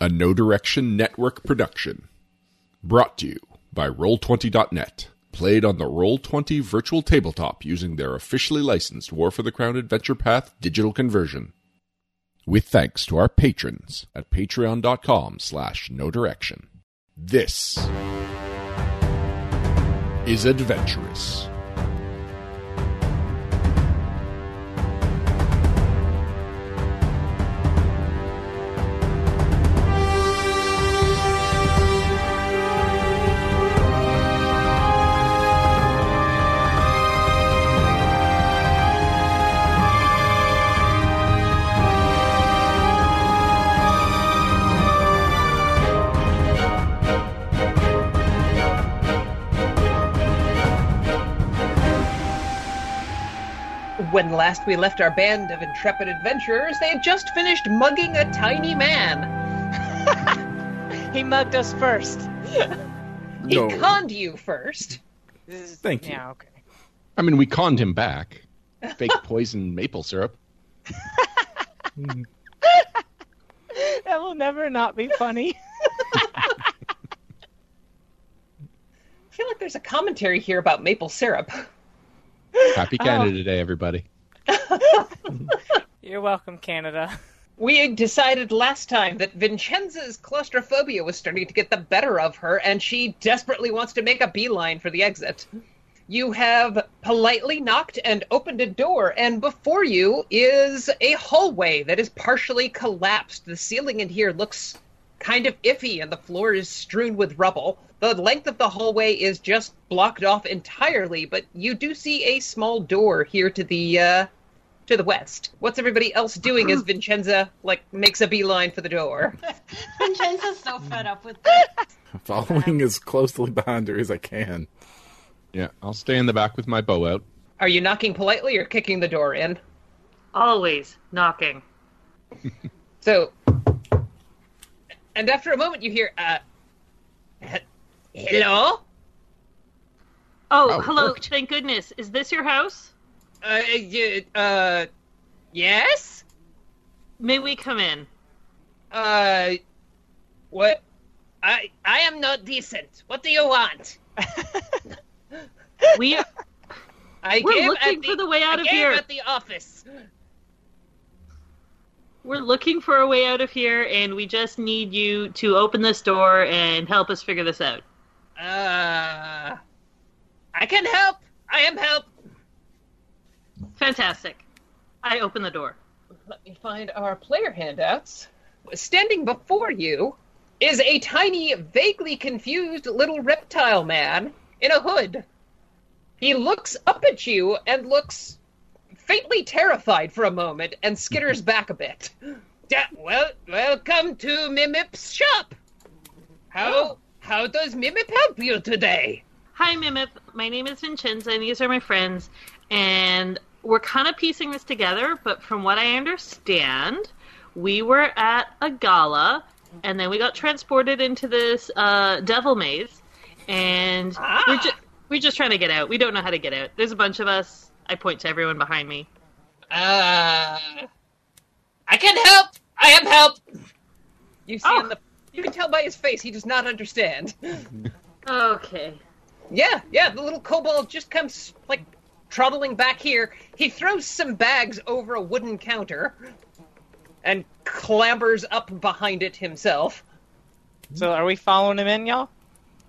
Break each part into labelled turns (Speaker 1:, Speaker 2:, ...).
Speaker 1: a No Direction Network production. Brought to you by Roll20.net. Played on the Roll20 virtual tabletop using their officially licensed War for the Crown Adventure Path digital conversion. With thanks to our patrons at patreon.com slash no direction. This is Adventurous.
Speaker 2: When last we left our band of intrepid adventurers, they had just finished mugging a tiny man.
Speaker 3: He mugged us first.
Speaker 1: No.
Speaker 2: He conned you first.
Speaker 4: Thank you.
Speaker 3: Yeah, okay.
Speaker 4: I mean, we conned him back. Fake poison maple syrup.
Speaker 3: That will never not be funny.
Speaker 2: I feel like there's a commentary here about maple syrup.
Speaker 4: Happy Canada Day, everybody.
Speaker 3: You're welcome, Canada.
Speaker 2: We decided last time that Vincenza's claustrophobia was starting to get the better of her, and she desperately wants to make a beeline for the exit. You have politely knocked and opened a door, and before you is a hallway that is partially collapsed. The ceiling in here looks kind of iffy, and the floor is strewn with rubble. The length of the hallway is just blocked off entirely, but you do see a small door here to the uh, to the west. What's everybody else doing as Vincenza like makes a beeline for the door?
Speaker 5: Vincenzo's so fed up with this.
Speaker 6: following as closely behind her as I can.
Speaker 4: Yeah, I'll stay in the back with my bow out.
Speaker 2: Are you knocking politely or kicking the door in?
Speaker 7: Always knocking.
Speaker 2: So, and after a moment, you hear, uh, "Hello,
Speaker 7: Oh,
Speaker 4: Oh, it
Speaker 7: hello,
Speaker 4: worked.
Speaker 7: thank goodness. Is this your house?
Speaker 2: uh, y- uh, yes,
Speaker 7: May we come in?
Speaker 2: uh, what? I I am not decent. What do you want?
Speaker 7: We are,
Speaker 2: I
Speaker 7: we're
Speaker 2: came
Speaker 7: looking
Speaker 2: at
Speaker 7: for the way
Speaker 2: I
Speaker 7: out of
Speaker 2: came
Speaker 7: here.
Speaker 2: at the office.
Speaker 7: We're looking for a way out of here, and we just need you to open this door and help us figure this out.
Speaker 2: Uh, I can help. I am help.
Speaker 7: Fantastic. I open the door.
Speaker 2: Let me find our player handouts. Standing before you is a tiny, vaguely confused little reptile man in a hood. He looks up at you and looks faintly terrified for a moment and skitters back a bit. Da- well, welcome to Mimip's shop. How how does Mimip help you today?
Speaker 7: Hi, Mimip. My name is Vincenza, and these are my friends. And we're kind of piecing this together, but from what I understand, we were at a gala, and then we got transported into this uh, devil maze, and
Speaker 4: Ah.
Speaker 7: we're, ju- we're just trying to get out. We don't know how to get out. There's a bunch of us. I point to everyone behind me.
Speaker 2: Uh, I can help. I am help. You see,
Speaker 7: Oh.
Speaker 2: on the, you can tell by his face he does not understand.
Speaker 7: Okay.
Speaker 2: Yeah, yeah. The little kobold just comes like trottling back here. He throws some bags over a wooden counter and clambers up behind it himself.
Speaker 3: So, are we following him in, y'all?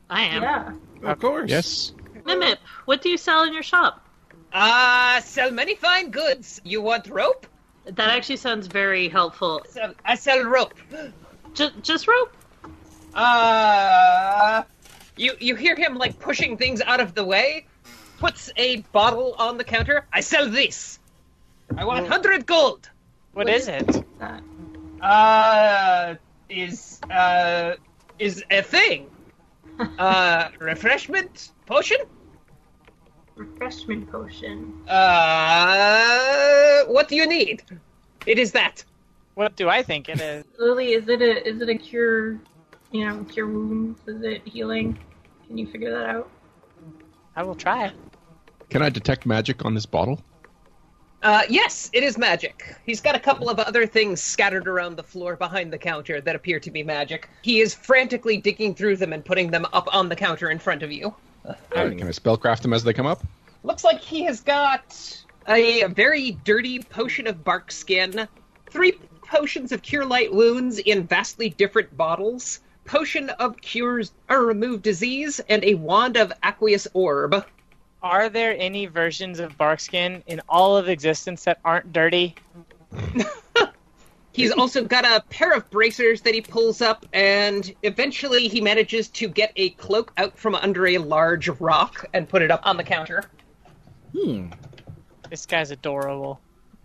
Speaker 7: I am.
Speaker 6: Of course.
Speaker 4: Yes.
Speaker 7: Mimip, what do you sell in your shop?
Speaker 2: Ah, sell many fine goods. You want rope?
Speaker 7: That actually sounds very helpful.
Speaker 2: Sell- I sell rope.
Speaker 7: Just, just rope?
Speaker 2: Uh, you you hear him like pushing things out of the way. Puts a bottle on the counter. I sell this. I want hundred gold.
Speaker 3: what is it?
Speaker 2: Uh, is uh is a thing. Uh, refreshment potion.
Speaker 5: Refreshment potion.
Speaker 2: Uh, what do you need? It is that.
Speaker 3: What do I think it is?
Speaker 5: Lily, is it a is it a cure? You know, cure wounds. Is it healing? Can you figure that out?
Speaker 3: I will try.
Speaker 4: Can I detect magic on this bottle?
Speaker 2: Uh, Uh, yes, it is magic. He's got a couple of other things scattered around the floor behind the counter that appear to be magic. He is frantically digging through them and putting them up on the counter in front of you.
Speaker 4: Uh, Can I spellcraft them as they come up?
Speaker 2: Looks like he has got a very dirty potion of bark skin, three potions of cure light wounds in vastly different bottles, potion of cures or remove disease, and a wand of aqueous orb.
Speaker 3: Are there any versions of Barkskin in all of existence that aren't dirty?
Speaker 2: He's also got a pair of bracers that he pulls up, and eventually he manages to get a cloak out from under a large rock and put it up on the counter.
Speaker 3: This guy's adorable.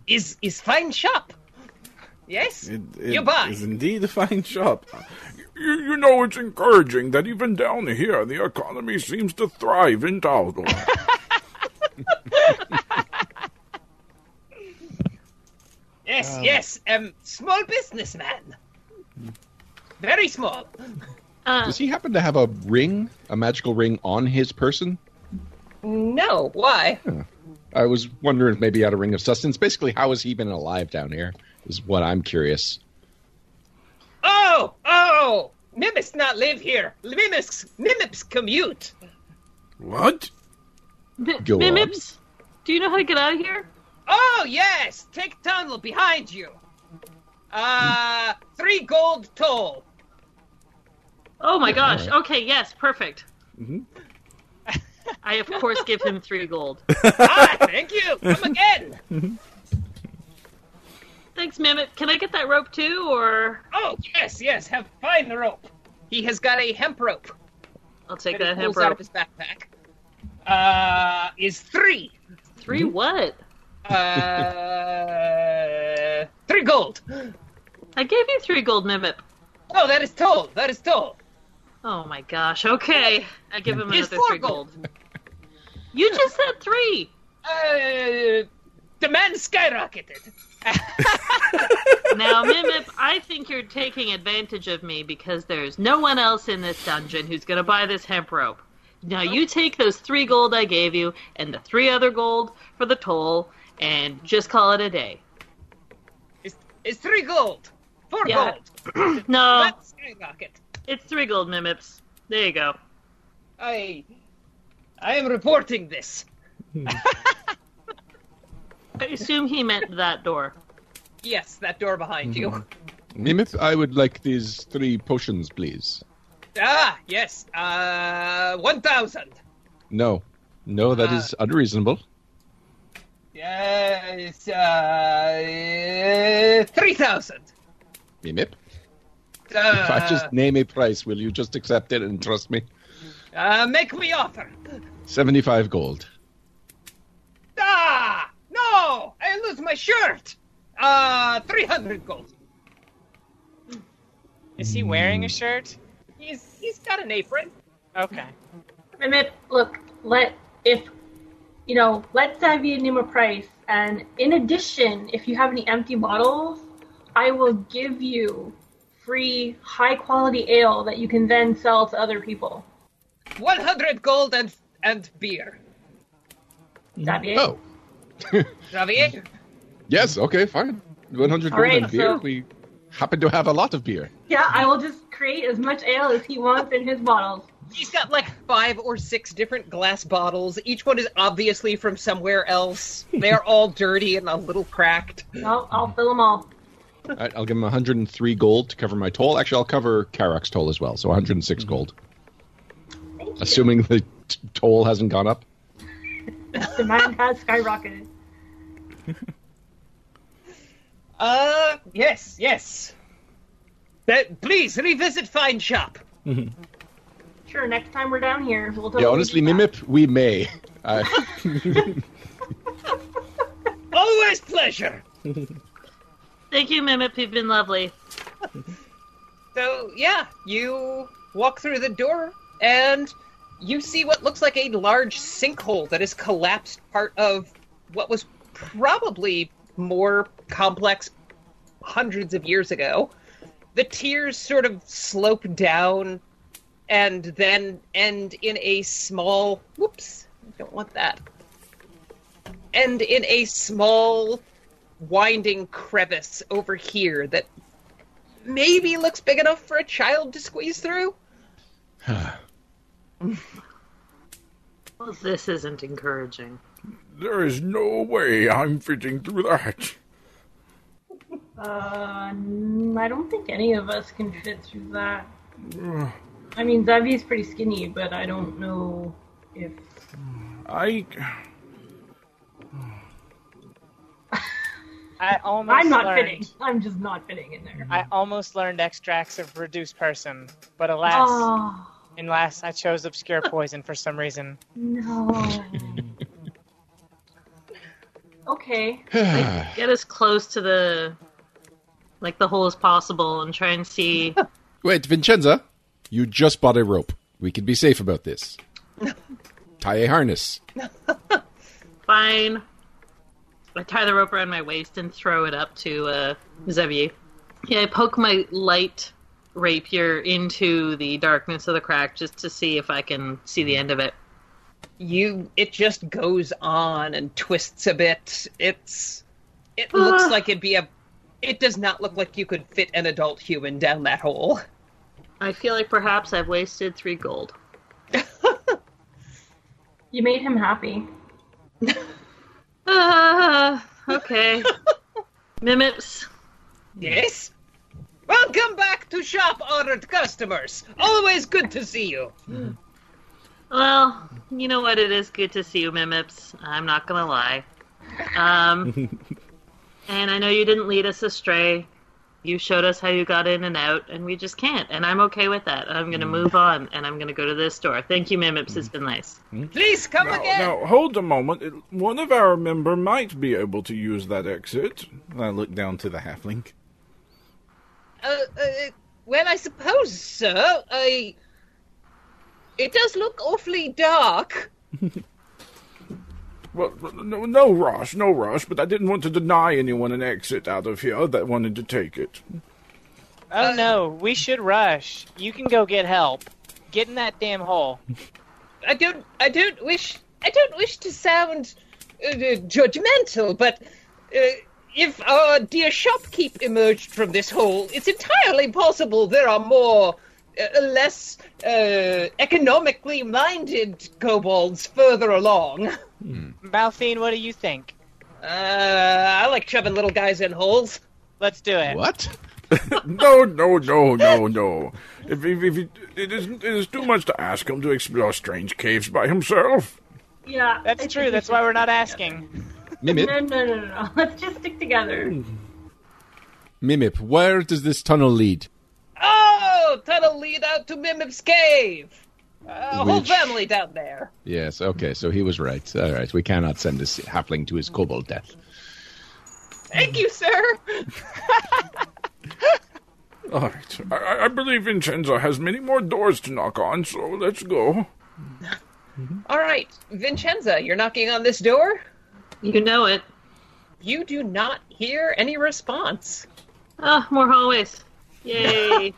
Speaker 2: Is is fine shop? Yes.
Speaker 6: It, it
Speaker 2: You buy.
Speaker 6: is indeed a fine shop. You, you know, it's encouraging that even down here, the economy seems to thrive in Taldor.
Speaker 2: Yes, yes. Um, small businessman. Very small.
Speaker 7: Uh,
Speaker 4: Does he happen to have a ring, a magical ring on his person?
Speaker 2: No, why?
Speaker 4: I was wondering if maybe he had a ring of sustenance. Basically, how has he been alive down here? Is what I'm curious.
Speaker 2: Oh, oh! Mimics not live here. Mimics, mimics commute.
Speaker 6: what?
Speaker 7: Mi-
Speaker 4: Go on.
Speaker 7: Mimips, do you know how to get out of here?
Speaker 2: Oh yes, take tunnel behind you. Uh, three gold toll.
Speaker 7: Oh my gosh. Okay, yes, perfect. I, of course, give him three gold.
Speaker 2: ah, thank you. Come again.
Speaker 7: Thanks, Mimip. Can I get that rope too, or
Speaker 2: Oh yes, yes. Have find the rope. He has got a hemp rope
Speaker 7: I'll take
Speaker 2: that he
Speaker 7: that hemp
Speaker 2: pulls out of
Speaker 7: rope?
Speaker 2: his backpack. Uh, is three.
Speaker 7: Three what?
Speaker 2: Uh, three gold.
Speaker 7: I gave you three gold, Mimip.
Speaker 2: Oh, that is toll. That is toll.
Speaker 7: Oh my gosh. Okay, I give him
Speaker 2: Here's
Speaker 7: another
Speaker 2: four
Speaker 7: three gold. You just said three.
Speaker 2: Uh, demand skyrocketed.
Speaker 7: Now, Mimip, I think you're taking advantage of me because there's no one else in this dungeon who's going to buy this hemp rope. Now, you take those three gold I gave you and the three other gold for the toll and just call it a day.
Speaker 2: It's, it's three gold. Four
Speaker 7: Yeah. Oh.
Speaker 2: gold.
Speaker 7: No,
Speaker 2: Demand skyrocket.
Speaker 7: it's three gold, Mimips. There you go.
Speaker 2: I, I am reporting this.
Speaker 7: I assume he meant that door.
Speaker 2: Yes, that door behind
Speaker 4: Mm-hmm.
Speaker 2: you.
Speaker 4: Mimith, I would like these three potions, please.
Speaker 2: Ah, yes. Uh, one thousand.
Speaker 4: No, no, that is unreasonable.
Speaker 2: Yes. Uh, three thousand.
Speaker 4: Mimip,
Speaker 2: Uh,
Speaker 4: if I just name a price, will you just accept it and trust me?
Speaker 2: uh, make me offer.
Speaker 4: Seventy-five gold.
Speaker 2: Ah, no! I lose my shirt. Uh, three hundred gold.
Speaker 3: Is he wearing a
Speaker 4: Mm.
Speaker 3: shirt?
Speaker 2: He's he's got an apron.
Speaker 3: Okay.
Speaker 5: Mimip, look, let if you know, let's have you name a price, and in addition, if you have any empty bottles, I will give you free high quality ale that you can then sell to other people.
Speaker 2: One hundred gold and and beer.
Speaker 5: That be it?
Speaker 4: Oh,
Speaker 2: Javier.
Speaker 4: yes, okay, fine. One hundred
Speaker 5: All
Speaker 4: gold
Speaker 5: right,
Speaker 4: and beer.
Speaker 5: so-
Speaker 4: We happen to have a lot of beer.
Speaker 5: Yeah, I will just create as much ale as he wants in his bottles.
Speaker 2: He's got like five or six different glass bottles. Each one is obviously from somewhere else. They are all dirty and a little cracked.
Speaker 5: I'll, I'll fill them all.
Speaker 4: All right, I'll give him 103 gold to cover my toll. Actually, I'll cover Karak's toll as well, so 106 gold. Assuming the t- toll hasn't gone up.
Speaker 5: Demand has skyrocketed.
Speaker 2: Uh, yes, yes. That, please revisit Fine Shop.
Speaker 5: Sure, next time we're down here, we'll totally
Speaker 4: Yeah, honestly,
Speaker 5: do that.
Speaker 4: Mimip, we may. Uh,
Speaker 2: Always pleasure.
Speaker 7: Thank you, Mimip. You've been lovely.
Speaker 2: So, yeah, you walk through the door and you see what looks like a large sinkhole that has collapsed part of what was probably more complex hundreds of years ago. The tears sort of slope down and then end in a small whoops, I don't want that. end in a small, winding crevice over here that maybe looks big enough for a child to squeeze through.
Speaker 7: Well, this isn't encouraging.
Speaker 6: There is no way I'm fitting through that.
Speaker 5: Uh, n- I don't think any of us can fit through that. I mean, Xavier's pretty skinny, but I don't know if.
Speaker 6: I.
Speaker 3: I almost
Speaker 5: I'm not
Speaker 3: learned,
Speaker 5: fitting. I'm just not fitting in there.
Speaker 3: I almost learned extracts of reduced person, but alas,
Speaker 5: Oh,
Speaker 3: alas, I chose obscure poison for some reason.
Speaker 5: no. okay.
Speaker 7: Get as close to the like the hole as possible and try and see.
Speaker 1: Wait, Vincenza, you just bought a rope. We can be safe about this. Tie a harness.
Speaker 7: Fine. I tie the rope around my waist and throw it up to uh, Zevier. Yeah, I poke my light rapier into the darkness of the crack just to see if I can see the end of it.
Speaker 2: You, it just goes on and twists a bit. It's, it looks
Speaker 7: Ah.
Speaker 2: like it'd be a, it does not look like you could fit an adult human down that hole.
Speaker 7: I feel like perhaps I've wasted three gold.
Speaker 5: You made him happy.
Speaker 7: Ah, okay. Mimics.
Speaker 2: Yes. Welcome back to shop ordered customers. Always good to see you.
Speaker 7: Well, you know what? It is good to see you, Mimips. I'm not gonna lie. Um, and I know you didn't lead us astray. You showed us how you got in and out, and we just can't. And I'm okay with that. I'm
Speaker 4: Mm.
Speaker 7: gonna move on, and I'm gonna go to this door. Thank you, Mimips. It's been nice.
Speaker 4: Mm.
Speaker 2: Please come
Speaker 6: Now,
Speaker 2: again.
Speaker 6: now, hold a moment. It- One of our member might be able to use that exit. I look down to the halfling.
Speaker 2: Uh, uh, well, I suppose, sir. I. It does look awfully dark.
Speaker 6: Well, no, no rush, no rush, but I didn't want to deny anyone an exit out of here that wanted to take it.
Speaker 3: Oh no, we should rush. You can go get help. Get in that damn hole.
Speaker 2: I don't. I don't wish. I don't wish to sound uh, uh, judgmental, but uh, if our dear shopkeep emerged from this hole, it's entirely possible there are more. Uh, less uh, economically minded kobolds further along. Uh,
Speaker 3: Malphine, what do you think?
Speaker 2: I like chubbing little guys in holes.
Speaker 3: Let's do it.
Speaker 4: What?
Speaker 6: No, no, no, no, no. If, if, if it, it, is, it is too much to ask him to explore strange caves by himself.
Speaker 5: Yeah. I
Speaker 3: That's
Speaker 5: think
Speaker 3: true.
Speaker 5: we
Speaker 3: That's
Speaker 5: should
Speaker 3: why we're not
Speaker 5: stick
Speaker 3: asking.
Speaker 4: Mimit.
Speaker 5: together. No, no, no, no. Let's just stick together.
Speaker 1: Mimip, where does this tunnel lead?
Speaker 2: Oh, tunnel lead out to Mimip's cave. Uh, whole
Speaker 4: Which-
Speaker 2: family down there.
Speaker 4: Yes, okay, so he was right. All right, we cannot send this halfling to his kobold death.
Speaker 2: Thank you, sir.
Speaker 6: All right. I- I, I believe Vincenzo has many more doors to knock on, so let's go.
Speaker 2: All right, Vincenza, you're knocking on this door.
Speaker 7: You know it.
Speaker 2: You do not hear any response.
Speaker 7: Ah, more hallways. Yay!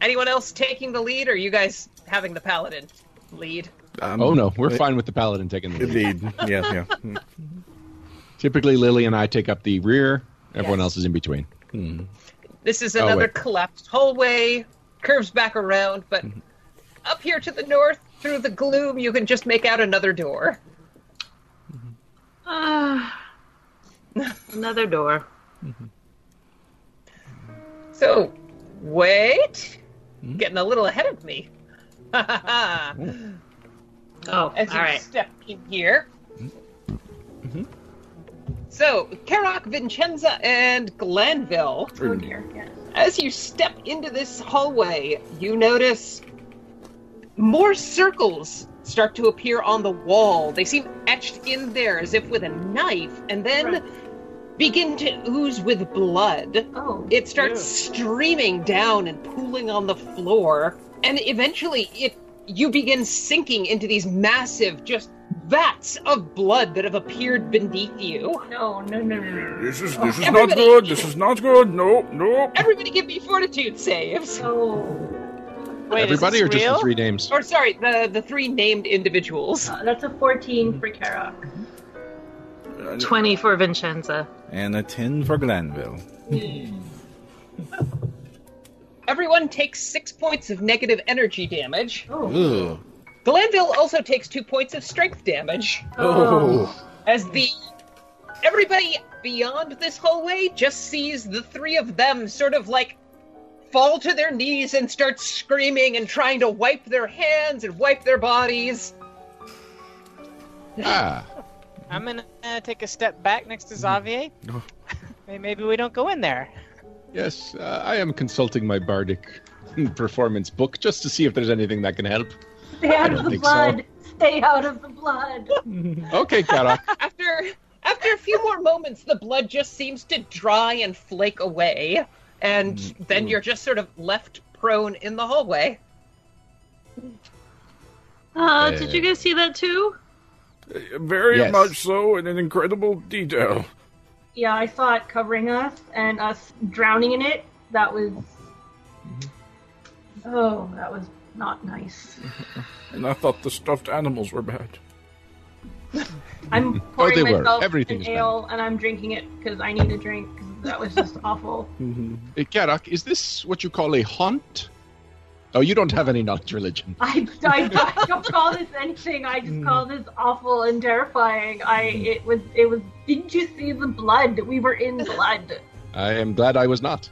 Speaker 2: Anyone else taking the lead, or you guys having the paladin lead?
Speaker 6: Um,
Speaker 4: Oh no, we're fine with the paladin taking the lead.
Speaker 6: Indeed. yeah, yeah.
Speaker 4: Typically, Lily and I take up the rear. Everyone
Speaker 2: Yes.
Speaker 4: else is in between.
Speaker 2: This is
Speaker 4: Oh,
Speaker 2: another
Speaker 4: wait.
Speaker 2: collapsed hallway, curves back around, but
Speaker 4: Mm-hmm.
Speaker 2: up here to the north, through the gloom, you can just make out another door.
Speaker 7: Ah, another door.
Speaker 2: So, wait.
Speaker 4: Hmm?
Speaker 2: Getting a little ahead of me. As
Speaker 7: Oh, all
Speaker 2: you
Speaker 7: right.
Speaker 2: step in here.
Speaker 4: Mm-hmm.
Speaker 2: So, Kerak, Vincenza, and Glanville,
Speaker 5: Oh dear. Yes.
Speaker 2: as you step into this hallway, you notice more circles start to appear on the wall. They seem etched in there as if with a knife, and then begin to ooze with blood.
Speaker 5: Oh.
Speaker 2: It starts streaming down and pooling on the floor, and eventually it you begin sinking into these massive just vats of blood that have appeared beneath you.
Speaker 5: No, no, no, no, no.
Speaker 6: This is this is not
Speaker 2: Everybody-
Speaker 6: good. This is not good. No, no.
Speaker 2: Everybody give me fortitude saves.
Speaker 5: No.
Speaker 3: Wait,
Speaker 4: Everybody or
Speaker 3: is this
Speaker 4: just
Speaker 3: real?
Speaker 4: the three names?
Speaker 2: Or sorry, the the three named individuals.
Speaker 5: Uh, that's a 14 for Kara.
Speaker 6: And-
Speaker 7: 20 for Vincenza.
Speaker 8: And a 10 for Glanville.
Speaker 2: Everyone takes six points of negative energy damage.
Speaker 5: Oh.
Speaker 8: Ooh.
Speaker 2: Glanville also takes two points of strength damage.
Speaker 4: Oh.
Speaker 6: Uh,
Speaker 2: As the everybody beyond this hallway just sees the three of them sort of like fall to their knees and start screaming and trying to wipe their hands and wipe their bodies.
Speaker 4: Ah,
Speaker 3: I'm gonna uh, take a step back next to Xavier. May- Maybe we don't go in there.
Speaker 4: yes. Uh, I am consulting my bardic performance book just to see if there's anything that can help.
Speaker 5: Stay out
Speaker 4: don't
Speaker 5: of the
Speaker 4: think so.
Speaker 5: blood. Stay out of the blood.
Speaker 4: Okay, Kara.
Speaker 2: After after a few more moments, the blood just seems to dry and flake away, and then you're just sort of left prone in the hallway.
Speaker 7: Uh,
Speaker 4: Yeah.
Speaker 7: Did you guys see that too?
Speaker 6: Very
Speaker 4: Yes.
Speaker 6: much so, and in incredible detail.
Speaker 5: yeah, I saw it covering us and us drowning in it. That was. Oh, that was not nice.
Speaker 6: And I thought the stuffed animals were bad.
Speaker 5: I'm pouring
Speaker 4: Oh, they were.
Speaker 5: myself
Speaker 4: Everything is
Speaker 5: an
Speaker 4: bad.
Speaker 5: ale and I'm drinking it because I need a drink. 'cause that was just awful.
Speaker 4: Uh, Karak, is this what you call a haunt? Oh, you don't have any not religion.
Speaker 5: I, I, I don't call this anything. I just call
Speaker 4: Hmm.
Speaker 5: this awful and terrifying. I it was it was. Didn't you see the blood? We were in blood.
Speaker 4: I am glad I was not.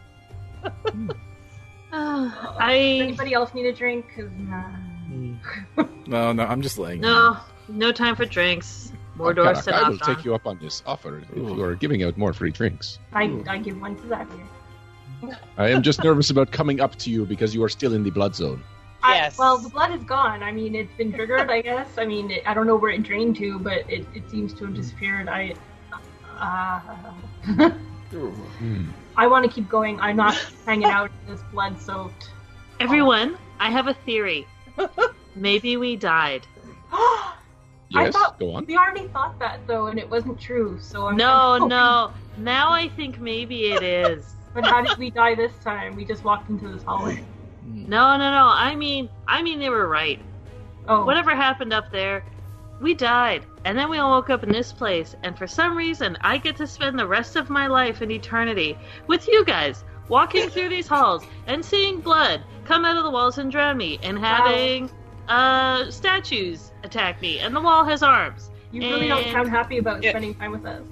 Speaker 7: Oh, I
Speaker 5: Anybody else need a drink? 'Cause, nah.
Speaker 8: No, no, I'm just laying.
Speaker 7: no, no time for drinks. Mordor
Speaker 4: Karak,
Speaker 7: said
Speaker 4: I will
Speaker 7: off on.
Speaker 4: take you up on this offer if you are giving out more free drinks.
Speaker 5: I I give one to that here.
Speaker 4: I am just nervous about coming up to you because you are still in the blood zone.
Speaker 5: I-
Speaker 3: Yes.
Speaker 5: well, the blood is gone. I mean, it's been triggered, I guess. I mean, it, I don't know where it drained to, but it, it seems to have disappeared. I. Uh, I want to keep going. I'm not hanging out in this blood soaked.
Speaker 7: Everyone, I have a theory. Maybe we died.
Speaker 5: I
Speaker 4: Yes,
Speaker 5: thought-
Speaker 4: go on.
Speaker 5: we already thought that, though, and it wasn't true, so I'm.
Speaker 7: No,
Speaker 5: I'm hoping-
Speaker 7: no. Now I think maybe it is.
Speaker 5: But how did we die this time? We just walked into this hallway.
Speaker 7: No, no, no. I mean, I mean they were right.
Speaker 5: Oh.
Speaker 7: Whatever happened up there, we died. And then we all woke up in this place, and for some reason, I get to spend the rest of my life in eternity with you guys, walking through these halls and seeing blood come out of the walls and drown me, and having uh, statues attack me, and the wall has arms.
Speaker 5: You really don't
Speaker 7: And-
Speaker 5: sound happy about
Speaker 2: Yeah.
Speaker 5: spending time with us.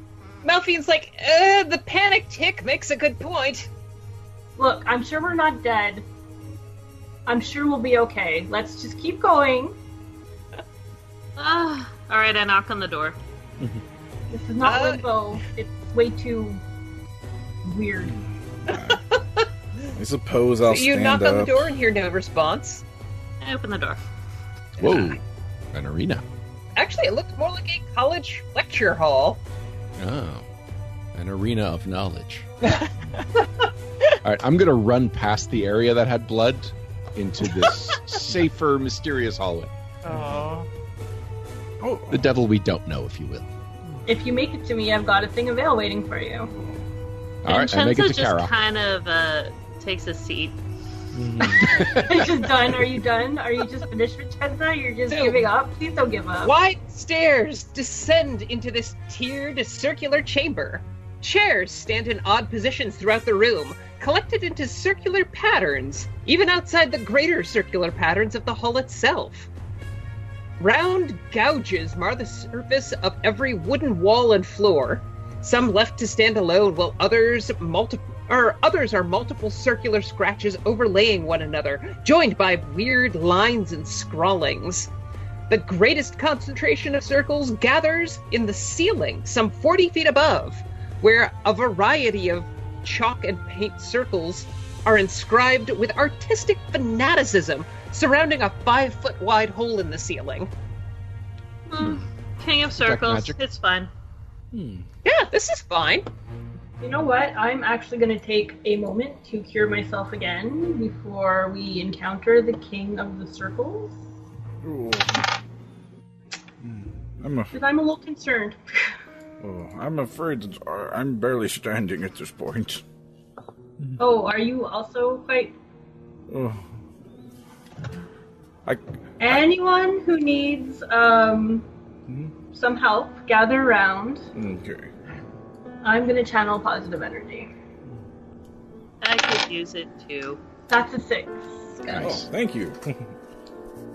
Speaker 2: Malfine's like, uh, the panic tick makes a good point.
Speaker 5: Look, I'm sure we're not dead. I'm sure we'll be okay. Let's just keep going.
Speaker 7: Ah. all right, I knock on the door.
Speaker 5: This is not
Speaker 2: Uh,
Speaker 5: limbo. It's way too weird.
Speaker 8: I suppose I'll
Speaker 2: you
Speaker 8: stand
Speaker 2: knock
Speaker 8: up.
Speaker 2: on the door and hear no response.
Speaker 7: I open the door.
Speaker 4: Whoa, an arena.
Speaker 2: Actually, it looks more like a college lecture hall.
Speaker 4: Oh, an arena of knowledge. All right, I'm going to run past the area that had blood into this safer, mysterious hallway.
Speaker 3: Oh.
Speaker 6: Oh,
Speaker 4: The devil we don't know, if you will.
Speaker 5: If you make it to me, I've got a thing of ale waiting for you.
Speaker 4: All right, I make
Speaker 7: Vincenzo
Speaker 4: it to
Speaker 7: just
Speaker 4: Kara.
Speaker 7: kind of uh, takes a seat.
Speaker 5: It's just done. Are you done? Are you just finished, Vincenza? You're just
Speaker 2: No.
Speaker 5: giving up? Please don't give up.
Speaker 2: Wide stairs descend into this tiered circular chamber. Chairs stand in odd positions throughout the room, collected into circular patterns, even outside the greater circular patterns of the hall itself. Round gouges mar the surface of every wooden wall and floor, some left to stand alone while others multi- or others are multiple circular scratches overlaying one another, joined by weird lines and scrawlings. The greatest concentration of circles gathers in the ceiling, some 40 feet above, where a variety of chalk and paint circles are inscribed with artistic fanaticism surrounding a five foot wide hole in the ceiling.
Speaker 7: Hmm. King of circles.
Speaker 4: magic?
Speaker 7: It's fun.
Speaker 4: Hmm,
Speaker 2: Yeah, this is fine.
Speaker 5: You know what? I'm actually going to take a moment to cure myself again before we encounter the king of the circles.
Speaker 6: ooh. Oh, Hmm. I'm, af-
Speaker 5: Because I'm a little concerned.
Speaker 6: oh, I'm afraid that I- I'm barely standing at this point.
Speaker 5: oh, are you also quite
Speaker 6: Oh. I,
Speaker 5: Anyone who needs um,
Speaker 2: Hmm?
Speaker 5: some help, gather around.
Speaker 6: okay.
Speaker 5: I'm gonna channel positive energy.
Speaker 7: I could use it too.
Speaker 5: That's a six.
Speaker 6: Oh, thank you.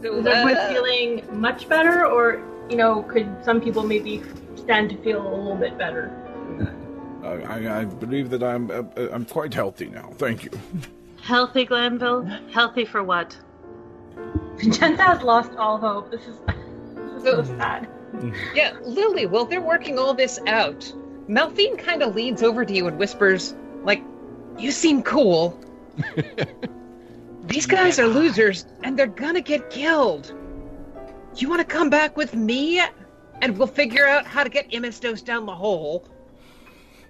Speaker 2: So,
Speaker 5: Is everyone
Speaker 2: uh,
Speaker 5: feeling much better, or you know, could some people maybe stand to feel a little bit better?
Speaker 6: I, I, I believe that I'm uh, uh, I'm quite healthy now. Thank you.
Speaker 7: Healthy Glenville? Healthy for what?
Speaker 5: Vincenza has lost all hope. This is, this is so sad.
Speaker 2: Yeah, Lily, while they're working all this out, Malphine kind of leans over to you and whispers, like, you seem cool. These guys are losers, and they're gonna get killed. You wanna come back with me? And we'll figure out how to get Imistos down the hole.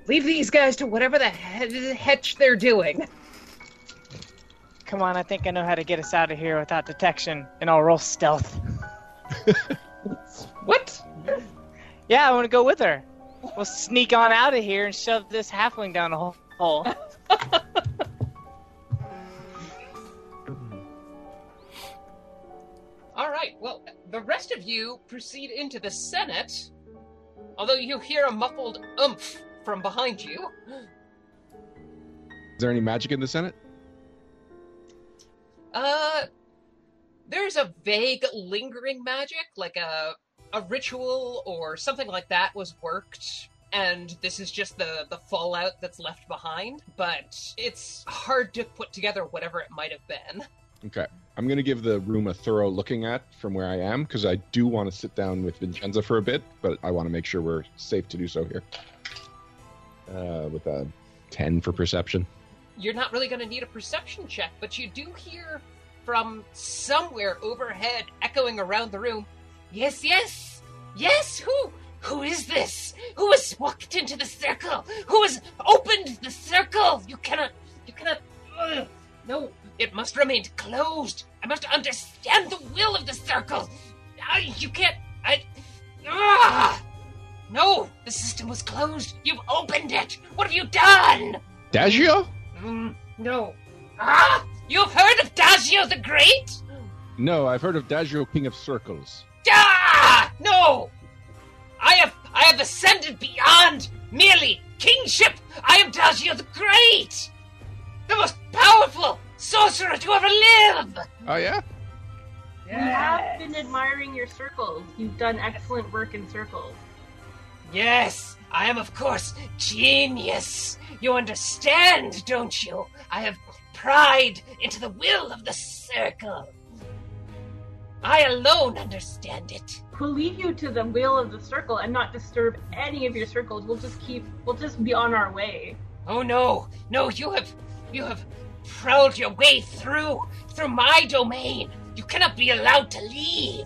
Speaker 2: Leave these guys to whatever the he- hetch they're doing.
Speaker 3: Come on, I think I know how to get us out of here without detection, and I'll roll stealth.
Speaker 2: What?
Speaker 3: Yeah, I want to go with her. We'll sneak on out of here and shove this halfling down a hole.
Speaker 2: All right. Well, the rest of you proceed into the Senate, although you hear a muffled oomph from behind you.
Speaker 4: Is there any magic in the Senate?
Speaker 2: Uh, there's a vague lingering magic, like a a ritual or something like that was worked, and this is just the the fallout that's left behind. But it's hard to put together whatever it might have been.
Speaker 4: Okay. I'm going to give the room a thorough looking at from where I am because I do want to sit down with Vincenza for a bit, but I want to make sure we're safe to do so here. Uh, with a 10 for perception.
Speaker 2: You're not really going to need a perception check, but you do hear from somewhere overhead, echoing around the room. Yes, yes, yes. Who? Who is this? Who has walked into the circle? Who has opened the circle? You cannot. You cannot. Ugh. No, it must remain closed. I must understand the will of the circle. I, you can't. I. Ugh. No, the system was closed. You've opened it. What have you done?
Speaker 4: Daggio?
Speaker 2: Mm, no. Ah! You've heard of Dazio the Great?
Speaker 4: No, I've heard of Daggio, King of Circles.
Speaker 2: Ah! No! I have I have ascended beyond merely kingship! I am Dazio the Great! The most powerful sorcerer to ever live!
Speaker 4: Oh, yeah?
Speaker 5: You have been admiring your circles. You've done excellent work in circles.
Speaker 2: Yes, I am, of course, genius. You understand, don't you? I have pried into the will of the circle. I alone understand it.
Speaker 5: We'll leave you to the will of the circle and not disturb any of your circles. We'll just keep. We'll just be on our way.
Speaker 2: Oh no, no, you have you have prowled your way through through my domain. You cannot be allowed to leave.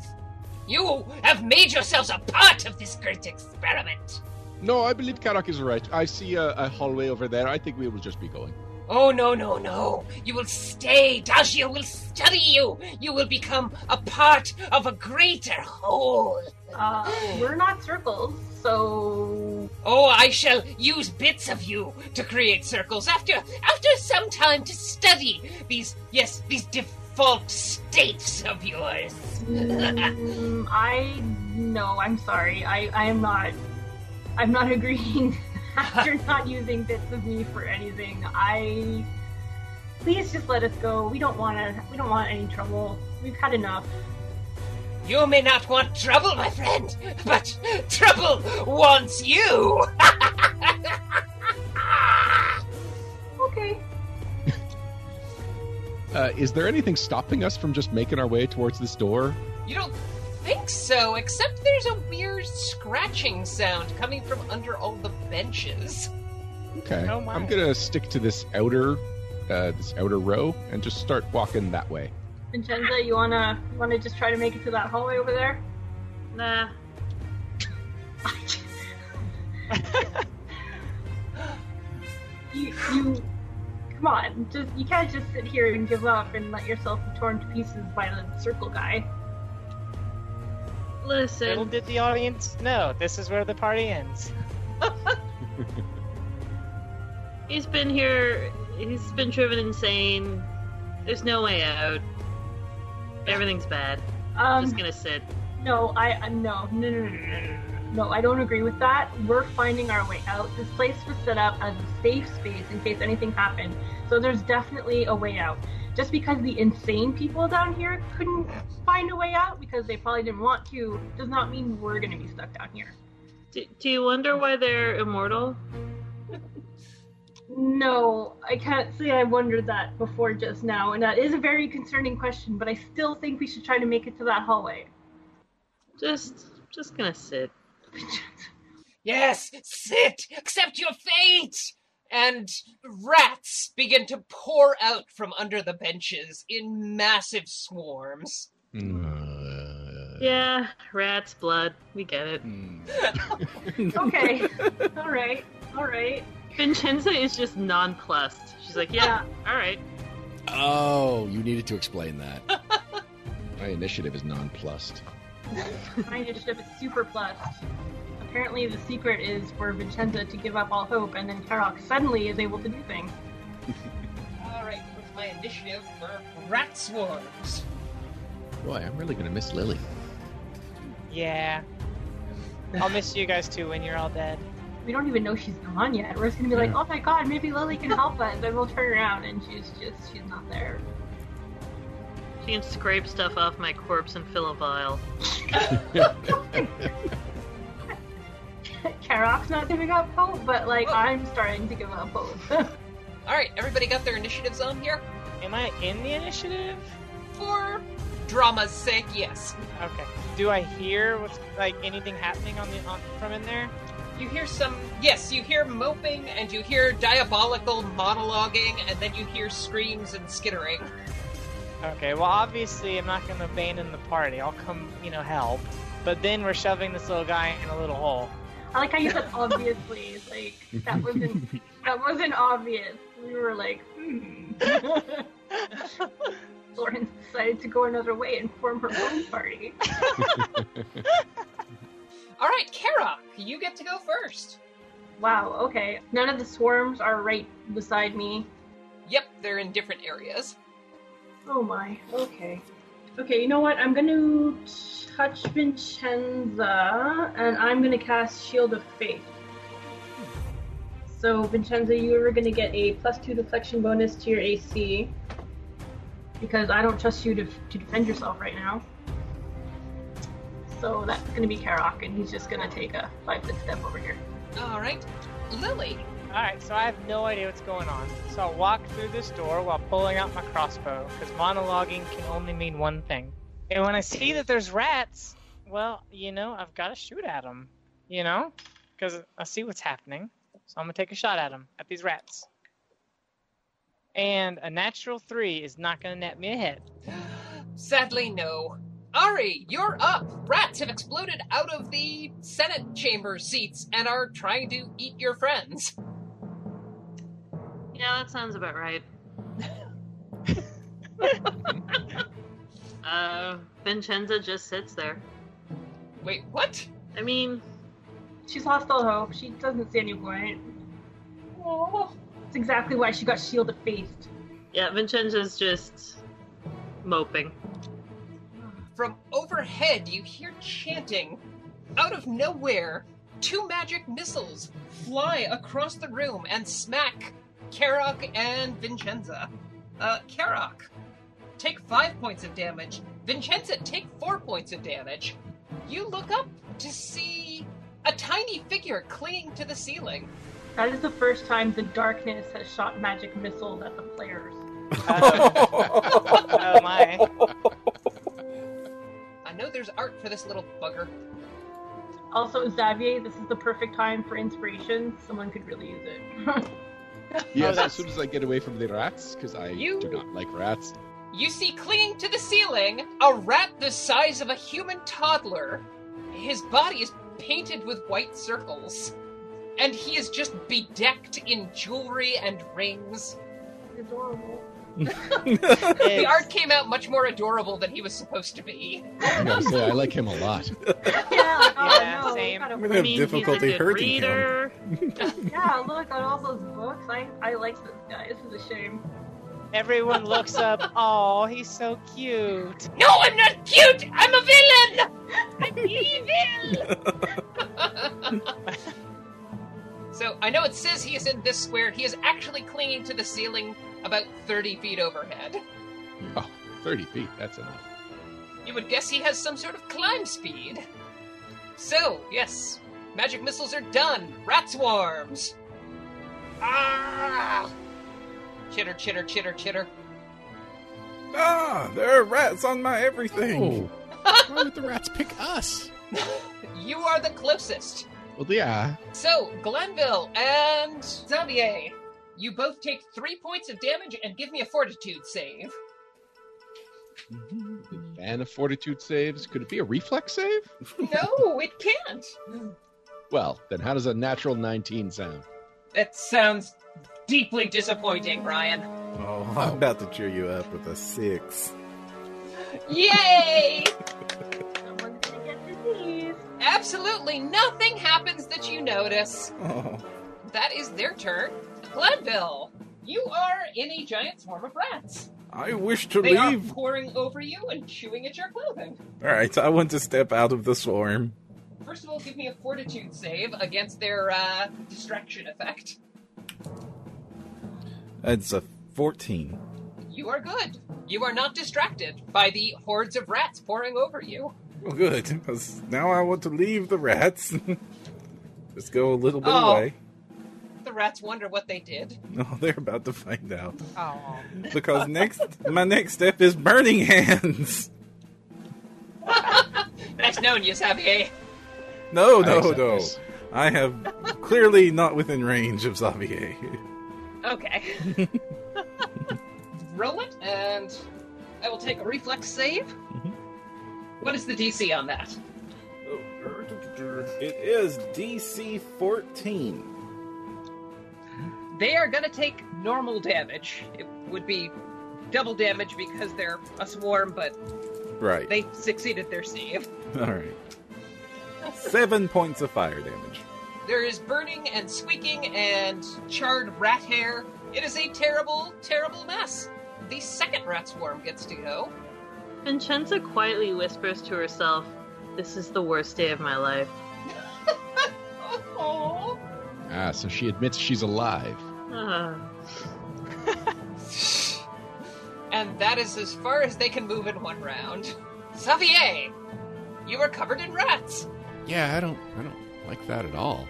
Speaker 2: You have made yourselves a part of this great experiment.
Speaker 4: No, I believe Karak is right. I see a, a hallway over there. I think we will just be going.
Speaker 2: Oh no, no, no. You will stay. Dashio will study you. You will become a part of a greater whole.
Speaker 5: Uh, we're not circles, so
Speaker 2: Oh, I shall use bits of you to create circles after after some time to study these yes, these default states of yours.
Speaker 5: mm, I no. I'm sorry. I I am not. I'm not agreeing. You're not using bits of me for anything. I. Please just let us go. We don't want to. We don't want any trouble. We've had enough.
Speaker 2: You may not want trouble, my friend, but trouble wants you.
Speaker 5: Okay.
Speaker 4: Uh, is there anything stopping us from just making our way towards this door?
Speaker 2: you don't think so, except there's a weird scratching sound coming from under all the benches.
Speaker 4: Okay.
Speaker 3: Oh, my.
Speaker 4: I'm going to stick to this outer uh, this outer row and just start walking that way.
Speaker 5: Vincenza, you wanna you wanna just try to make it to that hallway over there?
Speaker 7: Nah.
Speaker 5: You, you come on, just you can't just sit here and give up and let yourself be torn to pieces by the circle guy.
Speaker 3: Little
Speaker 7: Listen,
Speaker 3: did the audience know, this is where the party ends.
Speaker 7: he's been here. He's been driven insane. There's no way out. Everything's bad. I'm
Speaker 5: Um,
Speaker 7: just gonna sit.
Speaker 5: no, I I- no no no no no no no. No, I don't agree with that. We're finding our way out. This place was set up as a safe space in case anything happened. So there's definitely a way out. Just because the insane people down here couldn't find a way out because they probably didn't want to does not mean we're going to be stuck down here.
Speaker 7: Do, do you wonder why they're immortal?
Speaker 5: No, I can't say I wondered that before just now, and that is a very concerning question, but I still think we should try to make it to that hallway.
Speaker 7: Just, just gonna sit.
Speaker 8: Yes, sit, accept your fate! And rats begin to pour out from under the benches in massive swarms.
Speaker 4: Hmm.
Speaker 7: Yeah, rats, blood. We get it.
Speaker 5: Okay, alright, alright.
Speaker 7: Vincenza is just nonplussed. She's like, yeah, all right.
Speaker 9: Oh, you needed to explain that.
Speaker 4: My initiative is nonplussed.
Speaker 5: My initiative is super plus. Apparently, the secret is for Vincenza to give up all hope, and then Tarok suddenly is able to do things.
Speaker 8: Alright, what's my initiative for rat swarms?
Speaker 9: Boy, I'm really gonna miss Lily.
Speaker 3: Yeah. I'll miss you guys too when you're all dead.
Speaker 5: We don't even know she's gone yet. We're just gonna be like, oh my god, maybe Lily can help us, and we'll turn around, and she's just, she's not there.
Speaker 7: She can scrape stuff off my corpse and fill a vial.
Speaker 5: Tarok's not giving up hope, but like, I'm starting to give up hope.
Speaker 8: Alright, everybody got their initiatives on here?
Speaker 3: Am I in the initiative?
Speaker 8: For drama's sake, yes.
Speaker 3: Okay. Do I hear what's like anything happening on the on, from in there?
Speaker 8: You hear some, yes, you hear moping and you hear diabolical monologuing and then you hear screams and skittering.
Speaker 3: Okay. Well, obviously I'm not going to abandon the party. I'll come, you know, help. But then we're shoving this little guy in a little hole.
Speaker 5: I like how you said obviously. It's Like that wasn't that wasn't obvious. We were like, hmm. Lauren decided to go another way and form her own party.
Speaker 8: Alright, Kara, you get to go first.
Speaker 5: Wow. Okay. None of the swarms are right beside me.
Speaker 8: Yep, they're in different areas.
Speaker 5: Oh my. Okay. Okay. You know what? I'm gonna touch Vincenza, and I'm gonna cast Shield of Faith. So Vincenza, you are gonna get a plus two deflection bonus to your AC because I don't trust you to to defend yourself right now. So that's gonna be Karok, and he's just gonna take a five foot step over here.
Speaker 8: Alright, Lily,
Speaker 3: All right. So I have no idea what's going on. So I'll walk through this door while pulling out my crossbow because monologuing can only mean one thing. And when I see that there's rats, well, you know, I've got to shoot at them. You know, because I see what's happening. So I'm gonna take a shot at them at these rats. And a natural three is not gonna net me a hit.
Speaker 8: Sadly, no. Ari, you're up! Rats have exploded out of the Senate chamber seats and are trying to eat your friends.
Speaker 7: Yeah, that sounds about right. uh, Vincenza just sits there.
Speaker 8: Wait, what?
Speaker 7: I mean,
Speaker 5: She's lost all hope. She doesn't see any point. It's exactly why she got Shield of Faith.
Speaker 7: yeah, Vincenza's just moping.
Speaker 8: From overhead, you hear chanting. Out of nowhere, two magic missiles fly across the room and smack Karok and Vincenza. Uh, Karok, take five points of damage. Vincenza, take four points of damage. You look up to see a tiny figure clinging to the ceiling.
Speaker 5: That is the first time the darkness has shot magic missiles at the players.
Speaker 3: Uh, oh my!
Speaker 8: I know there's art for this little bugger.
Speaker 5: Also, Xavier, this is the perfect time for inspiration. Someone could really use it.
Speaker 4: Yes,
Speaker 3: that's-
Speaker 4: as soon as I get away from the rats, because I
Speaker 8: You-
Speaker 4: do not like rats.
Speaker 8: You see clinging to the ceiling a rat the size of a human toddler. His body is painted with white circles, and he is just bedecked in jewelry and rings.
Speaker 5: Adorable.
Speaker 8: The
Speaker 3: It's-
Speaker 8: art came out much more adorable than he was supposed to be.
Speaker 9: I gotta say, I like him a lot.
Speaker 5: Yeah, like, oh,
Speaker 3: Yeah,
Speaker 5: no,
Speaker 3: same.
Speaker 5: gotta-
Speaker 6: I'm gonna have
Speaker 7: I mean,
Speaker 6: difficulty
Speaker 7: he's a good
Speaker 6: hurting him.
Speaker 7: reader.
Speaker 5: yeah, look at all those books. I, I like this guy. This is a shame.
Speaker 3: Everyone looks up. Oh, he's so cute.
Speaker 8: No, I'm not cute. I'm a villain. I'm evil. so I know it says he is in this square. He is actually clinging to the ceiling about 30 feet overhead.
Speaker 10: 30 feet, that's enough.
Speaker 8: You would guess he has some sort of climb speed. So, yes, magic missiles are done. Rat swarms. Ah! Chitter, chitter, chitter, chitter.
Speaker 11: Ah, there are rats on my everything.
Speaker 10: Oh, why would the rats pick us?
Speaker 8: You are the closest.
Speaker 10: Well, yeah.
Speaker 8: So, Glenville and Xavier, you both take three points of damage and give me a fortitude save.
Speaker 4: And a fortitude saves. Could it be a reflex save?
Speaker 8: No, it can't.
Speaker 4: Well, then how does a natural 19 sound?
Speaker 8: That sounds deeply disappointing, Ryan.
Speaker 6: Oh, I'm about to cheer you up with a six.
Speaker 8: Yay!
Speaker 5: Someone's gonna get disease.
Speaker 8: Absolutely nothing happens that you notice.
Speaker 6: Oh.
Speaker 8: That is their turn. Glenville, you are in a giant swarm of rats.
Speaker 11: I wish to
Speaker 8: They are
Speaker 11: leave.
Speaker 8: pouring over you and chewing at your clothing.
Speaker 6: All right, I want to step out of the swarm.
Speaker 8: First of all, give me a fortitude save against their uh, distraction effect.
Speaker 6: It's a 14.
Speaker 8: You are good. You are not distracted by the hordes of rats pouring over you.
Speaker 6: Well, good, because now I want to leave the rats. Let's go a little bit
Speaker 8: Oh.
Speaker 6: away.
Speaker 8: The rats wonder what they did.
Speaker 6: No, they're about to find out.
Speaker 3: Oh.
Speaker 6: Because next, my next step is burning hands.
Speaker 8: That's known, you Xavier.
Speaker 6: No,
Speaker 4: I
Speaker 6: no,
Speaker 4: accept
Speaker 6: no.
Speaker 4: this.
Speaker 6: I have clearly not within range of Xavier.
Speaker 8: Okay. Roll it, and I will take a reflex save. What is the DC on that?
Speaker 6: It is DC 14.
Speaker 8: They are going to take normal damage. It would be double damage because they're a swarm, but
Speaker 6: Right.
Speaker 8: they succeeded their save.
Speaker 6: All right. Seven points of fire damage.
Speaker 8: There is burning and squeaking and charred rat hair. It is a terrible, terrible mess. The second rat swarm gets to go.
Speaker 7: Vincenza quietly whispers to herself, This is the worst day of my life.
Speaker 8: Oh.
Speaker 10: Ah, so she admits she's alive.
Speaker 7: Ah.
Speaker 8: And that is as far as they can move in one round. Xavier, you are covered in rats.
Speaker 10: Yeah, I don't, I don't like that at all.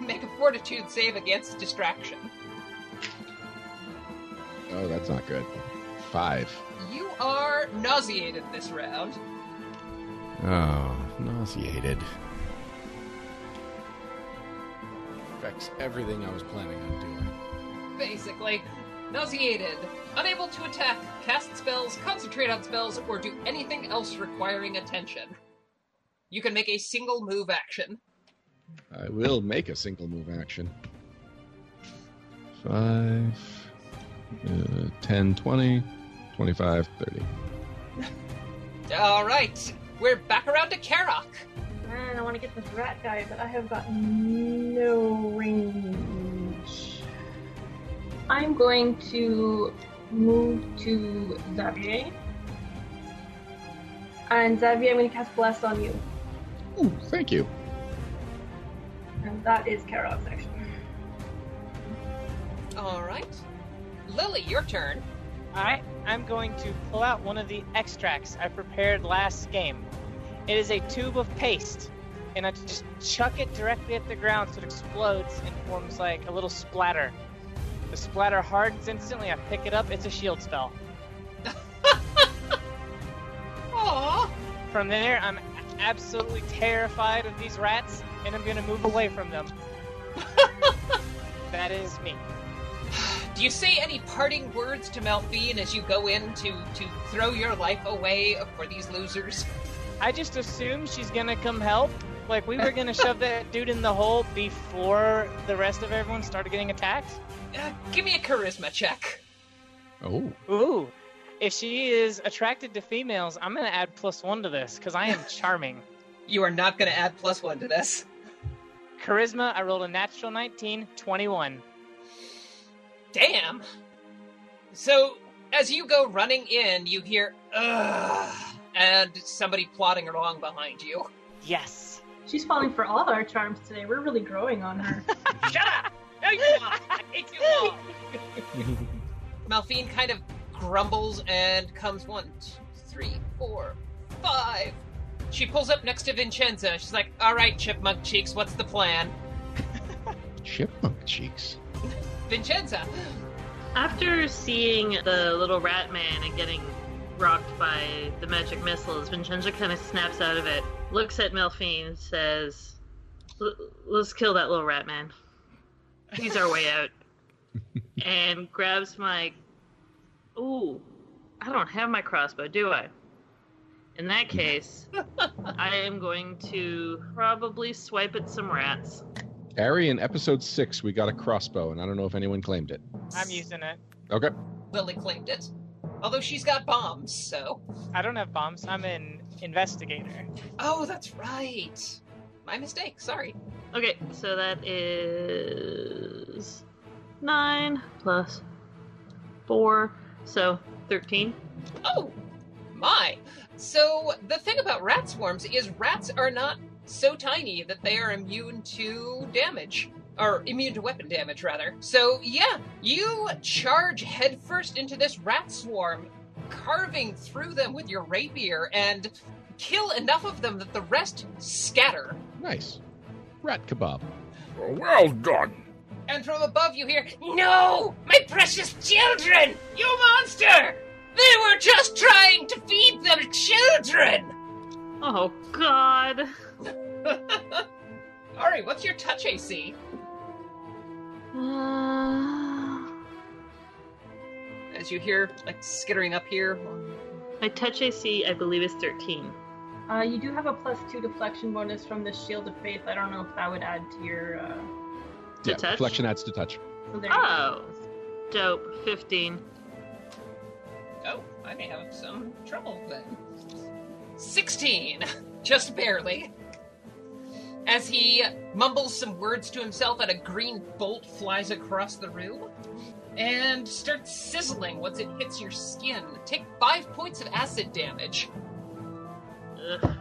Speaker 8: Make a fortitude save against distraction.
Speaker 4: Oh, that's not good. Five.
Speaker 8: You are nauseated this round.
Speaker 10: Oh, nauseated. Affects everything I was planning on doing.
Speaker 8: Basically, nauseated, unable to attack, cast spells, concentrate on spells, or do anything else requiring attention. You can make a single move action.
Speaker 4: I will make a single move action. Five, uh, 10, 20, 25, 30.
Speaker 8: All right, we're back around to Karak.
Speaker 5: Man, I want to get this rat guy, but I have got no range. I'm going to move to Xavier. And Xavier, I'm going to cast Bless on you.
Speaker 4: Ooh, thank you.
Speaker 5: And that is Karak's action.
Speaker 8: All right, Lily, your turn.
Speaker 3: Alright, I'm going to pull out one of the extracts I prepared last game. It is a tube of paste, and I just chuck it directly at the ground so it explodes and forms like a little splatter. The splatter hardens instantly, I pick it up, it's a shield spell.
Speaker 8: Aww.
Speaker 3: From there, I'm absolutely terrified of these rats, and I'm gonna move away from them. that is me.
Speaker 8: Do you say any parting words to Malphine as you go in to, to throw your life away for these losers?
Speaker 3: I just assume she's gonna come help. Like we were gonna shove that dude in the hole before the rest of everyone started getting attacked.
Speaker 8: Uh, give me a charisma check.
Speaker 10: Oh,
Speaker 3: Ooh, if she is attracted to females, I'm gonna add plus one to this because I am charming.
Speaker 8: You are not going to add plus one to this.
Speaker 3: Charisma, I rolled a natural 19, 21.
Speaker 8: Damn. So As you go running in, you hear Ugh, and somebody plodding along behind you.
Speaker 3: Yes.
Speaker 5: She's falling for all our charms today. We're really growing on her.
Speaker 8: Shut up! No, you won't. I hate you all. Malphine kind of grumbles and comes one, two, three, four, five. She pulls up next to Vincenza. She's like, "All right, Chipmunk Cheeks, what's the plan?"
Speaker 4: Chipmunk cheeks.
Speaker 8: Vincenza,
Speaker 7: After seeing the little rat man and getting rocked by the magic missiles, Vincenza kind of snaps out of it, looks at Melfine, and says, "L- Let's kill that little rat man. He's our way out. and grabs my. Ooh, I don't have my crossbow, do I? In that case, I am going to probably swipe at some rats.
Speaker 4: Ari, in episode six, we got a crossbow, and I don't know if anyone claimed it.
Speaker 3: I'm using it.
Speaker 4: Okay.
Speaker 8: Lily claimed it, although she's got bombs. So,
Speaker 3: I don't have bombs. I'm an investigator.
Speaker 8: oh, that's right. My mistake. Sorry.
Speaker 7: Okay, so that is nine plus four, so thirteen.
Speaker 8: Oh, my. So, the thing about rat swarms is rats are not so tiny that they are immune to damage, or immune to weapon damage, rather. So, yeah, you charge headfirst into this rat swarm, carving through them with your rapier, and kill enough of them that the rest scatter.
Speaker 4: Nice. Rat kebab.
Speaker 12: Well done.
Speaker 8: And from above you hear, No! My precious children! You monster! They were just trying to feed them children!
Speaker 7: Oh God!
Speaker 8: Ari, what's your touch AC?
Speaker 7: My
Speaker 8: As you hear, like, skittering up here. um,
Speaker 7: touch AC, I believe, is thirteen.
Speaker 5: Uh, you do have a plus two deflection bonus from the Shield of Faith. I don't know if that would add to your. Uh...
Speaker 7: To
Speaker 4: yeah,
Speaker 7: touch?
Speaker 4: reflection adds to touch.
Speaker 5: So there you
Speaker 7: Oh, dope. Fifteen.
Speaker 8: Oh, I may have some trouble then. 16! Just barely. As he mumbles some words to himself, and a green bolt flies across the room and starts sizzling once it hits your skin. Take five points of acid damage.
Speaker 7: Ugh.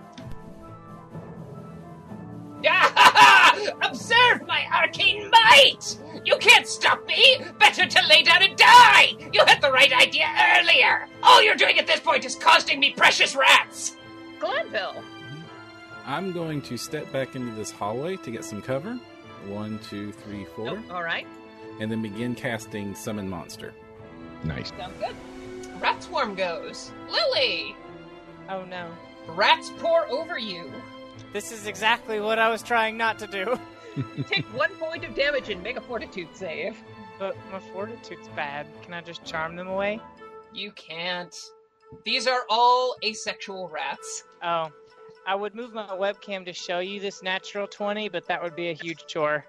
Speaker 8: Observe my arcane might! You can't stop me! Better to lay down and die! You had the right idea earlier! All you're doing at this point is costing me precious rats! Glenville!
Speaker 6: I'm going to step back into this hallway to get some cover. One, two, three, four.
Speaker 8: alright.
Speaker 6: And then begin casting Summon Monster.
Speaker 4: Nice.
Speaker 8: Sounds good. Rat swarm goes. Lily!
Speaker 3: Oh no.
Speaker 8: Rats pour over you.
Speaker 3: This is exactly what I was trying not to do.
Speaker 8: Take one point of damage and make a fortitude save.
Speaker 3: But my fortitude's bad. Can I just charm them away?
Speaker 8: You can't. These are all asexual rats.
Speaker 3: Oh. I would move my webcam to show you this natural 20, but that would be a huge chore.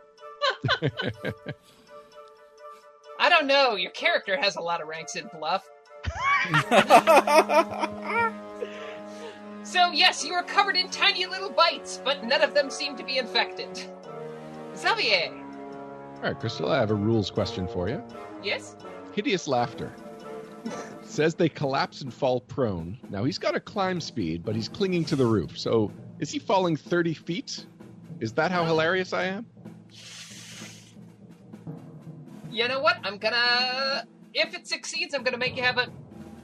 Speaker 8: I don't know, your character has a lot of ranks in bluff. So, yes, you are covered in tiny little bites, but none of them seem to be infected. Xavier!
Speaker 4: All right, Crystal, I have a rules question for you.
Speaker 8: Yes?
Speaker 4: Hideous laughter. Says they collapse and fall prone. Now he's got a climb speed, but he's clinging to the roof. So is he falling 30 feet? Is that how hilarious I am?
Speaker 8: You know what? I'm gonna. If it succeeds, I'm gonna make you have a.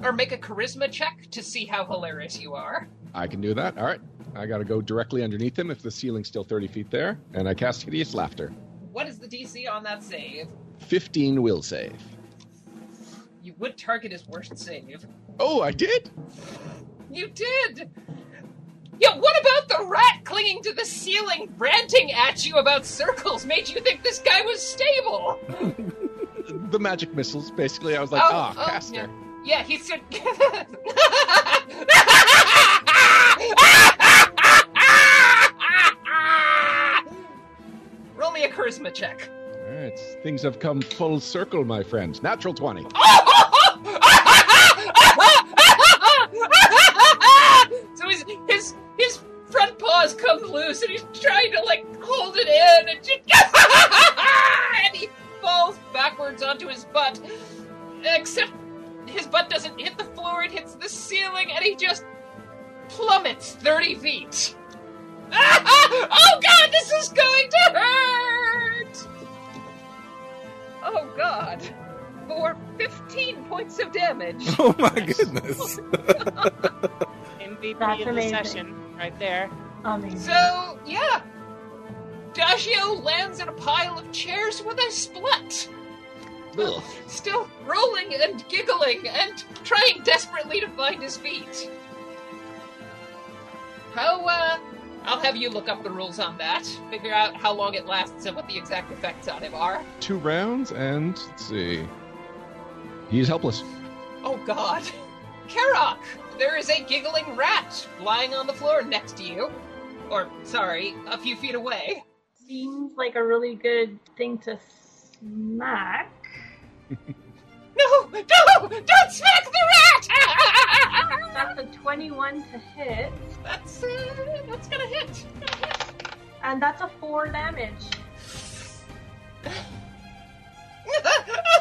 Speaker 8: Or make a charisma check to see how hilarious you are.
Speaker 4: I can do that. All right. I got to go directly underneath him if the ceiling's still 30 feet there. And I cast Hideous Laughter.
Speaker 8: What is the DC on that save?
Speaker 4: 15 will save.
Speaker 8: You would target his worst save.
Speaker 4: Oh, I did?
Speaker 8: You did! Yeah, what about the rat clinging to the ceiling, ranting at you about circles, made you think this guy was stable?
Speaker 4: The magic missiles, basically. I was like,
Speaker 8: Oh,
Speaker 4: ah,
Speaker 8: oh,
Speaker 4: caster.
Speaker 8: yeah. Yeah, he said. Roll me a charisma check.
Speaker 4: All right. Things have come full circle, my friends. Natural 20.
Speaker 8: so his his his front paws come loose, and he's trying to like hold it in, and just and he falls backwards onto his butt. Except his his butt doesn't hit the floor, it hits the ceiling, and he just plummets 30 feet. oh god, this is going to hurt! Oh god. For 15 points of damage.
Speaker 6: Oh my goodness.
Speaker 3: MVP
Speaker 5: That's
Speaker 3: of the
Speaker 5: amazing.
Speaker 3: session, right there.
Speaker 5: Amazing.
Speaker 8: So, yeah. Daggio lands in a pile of chairs with a splat. Oh.
Speaker 4: Ugh.
Speaker 8: Still rolling and giggling and trying desperately to find his feet. How, uh, I'll have you look up the rules on that, figure out how long it lasts and what the exact effects on him are.
Speaker 4: Two rounds, and let's see. He's helpless.
Speaker 8: Oh god. Karok, there is a giggling rat lying on the floor next to you. Or, sorry, a few feet away.
Speaker 5: Seems like a really good thing to smack.
Speaker 8: No, no, don't smack the rat!
Speaker 5: That's a 21 to hit,
Speaker 8: that's, uh, that's gonna hit.
Speaker 5: and that's a 4 damage.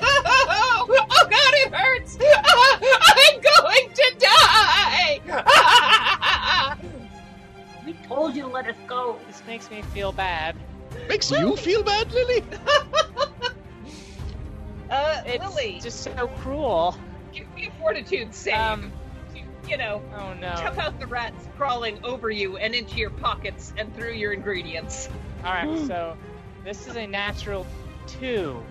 Speaker 8: oh god, it hurts! I'm going to die!
Speaker 5: We told you to let us go.
Speaker 3: This makes me feel bad.
Speaker 13: Makes you feel bad, Lily?
Speaker 8: uh,
Speaker 3: It's just so cruel.
Speaker 8: give me a fortitude save.
Speaker 3: Um,
Speaker 8: to, you know,
Speaker 3: oh
Speaker 8: tough
Speaker 3: no.
Speaker 8: out the rats crawling over you and into your pockets and through your ingredients.
Speaker 3: Alright, so this is a natural two.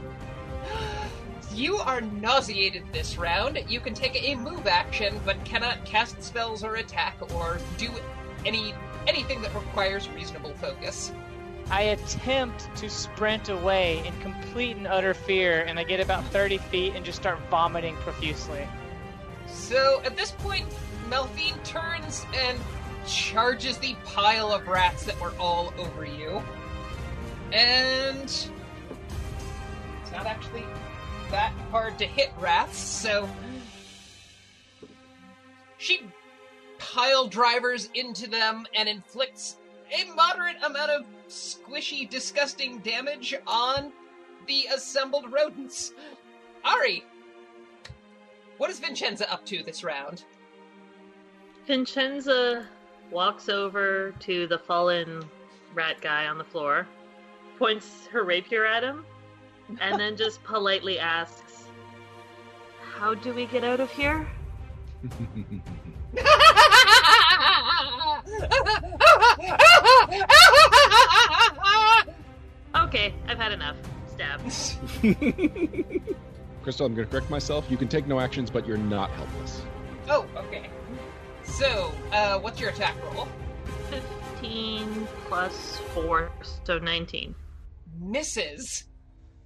Speaker 8: You are nauseated this round. You can take a move action, but cannot cast spells or attack or do any anything that requires reasonable focus.
Speaker 3: I attempt to sprint away in complete and utter fear, and I get about 30 feet and just start vomiting profusely.
Speaker 8: So at this point, Melfine turns and charges the pile of rats that were all over you. And it's not actually that hard to hit rats, so she pile drivers into them and inflicts a moderate amount of squishy, disgusting damage on the assembled rodents. Ari, what is Vincenza up to this round?
Speaker 7: Vincenza walks over to the fallen rat guy on the floor, points her rapier at him, and then just politely asks, How do we get out of here? Okay, I've had enough. Stab.
Speaker 4: Crystal, I'm going to correct myself. You can take no actions, but you're not helpless.
Speaker 8: oh, okay. So, uh, what's your attack roll?
Speaker 7: 15 plus 4, so 19.
Speaker 8: Misses.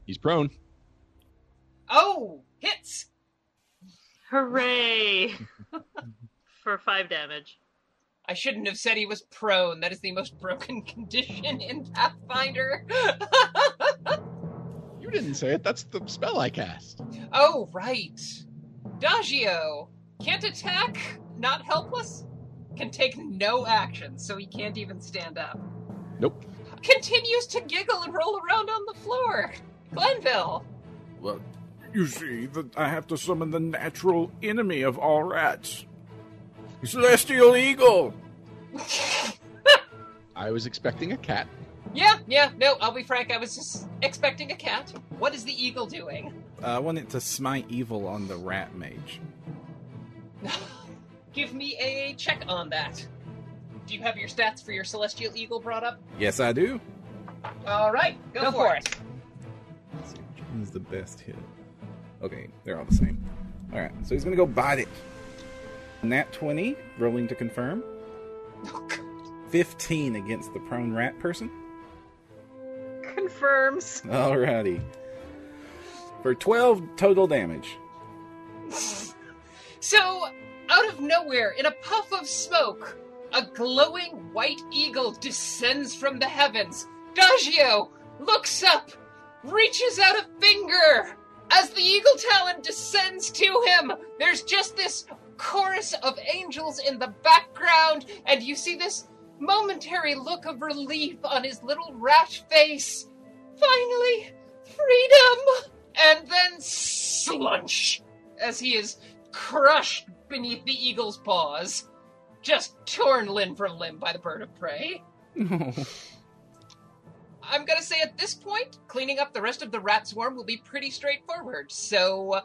Speaker 4: He's prone.
Speaker 8: Oh, hits.
Speaker 7: Hooray! For 5 damage.
Speaker 8: I shouldn't have said he was prone. That is the most broken condition in Pathfinder.
Speaker 13: You didn't say it. That's the spell I cast.
Speaker 8: oh, right. Daggio can't attack, not helpless, can take no action, so he can't even stand up.
Speaker 4: Nope.
Speaker 8: Continues to giggle and roll around on the floor. Glenville.
Speaker 14: Well, you see, that I have to summon the natural enemy of all rats Celestial Eagle!
Speaker 4: I was expecting a cat.
Speaker 8: Yeah, yeah, no, I'll be frank, I was just expecting a cat. What is the eagle doing?
Speaker 6: I want it to smite evil on the rat mage.
Speaker 8: Give me a check on that. Do you have your stats for your celestial eagle brought up?
Speaker 6: Yes, I do.
Speaker 8: All right, go, for, it.
Speaker 6: Let's see, which one's the best hit? Okay, they're all the same. All right, so he's gonna go bite it. Nat twenty, rolling to confirm.
Speaker 8: Oh, God.
Speaker 6: Fifteen against the prone rat person.
Speaker 8: Confirms.
Speaker 6: Alrighty. For twelve total damage.
Speaker 8: So, out of nowhere, in a puff of smoke, a glowing white eagle descends from the heavens. Daggio looks up, reaches out a finger. As the eagle talon descends to him, there's just this chorus of angels in the background, and you see this momentary look of relief on his little rat face. Finally, freedom! And then slunch as he is crushed beneath the eagle's paws, just torn limb from limb by the bird of prey. I'm gonna say at this point, cleaning up the rest of the rat swarm will be pretty straightforward. So uh,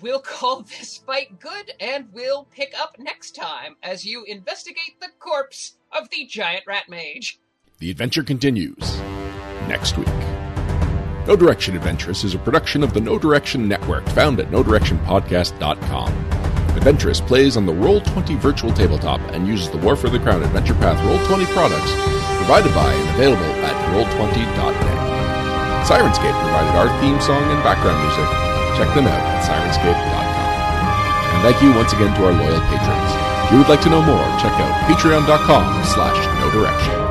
Speaker 8: we'll call this fight good, and we'll pick up next time as you investigate the corpse of the giant rat mage.
Speaker 4: The adventure continues next week. No Direction Adventurous is a production of the No Direction Network, found at nodirectionpodcast.com. Adventurous plays on the Roll20 virtual tabletop and uses the War for the Crown Adventure Path Roll20 products provided by and available at roll20.net. Sirenscape provided our theme song and background music. Check them out at sirenscape.com. And thank you once again to our loyal patrons. If you would like to know more, check out patreon.com slash no direction.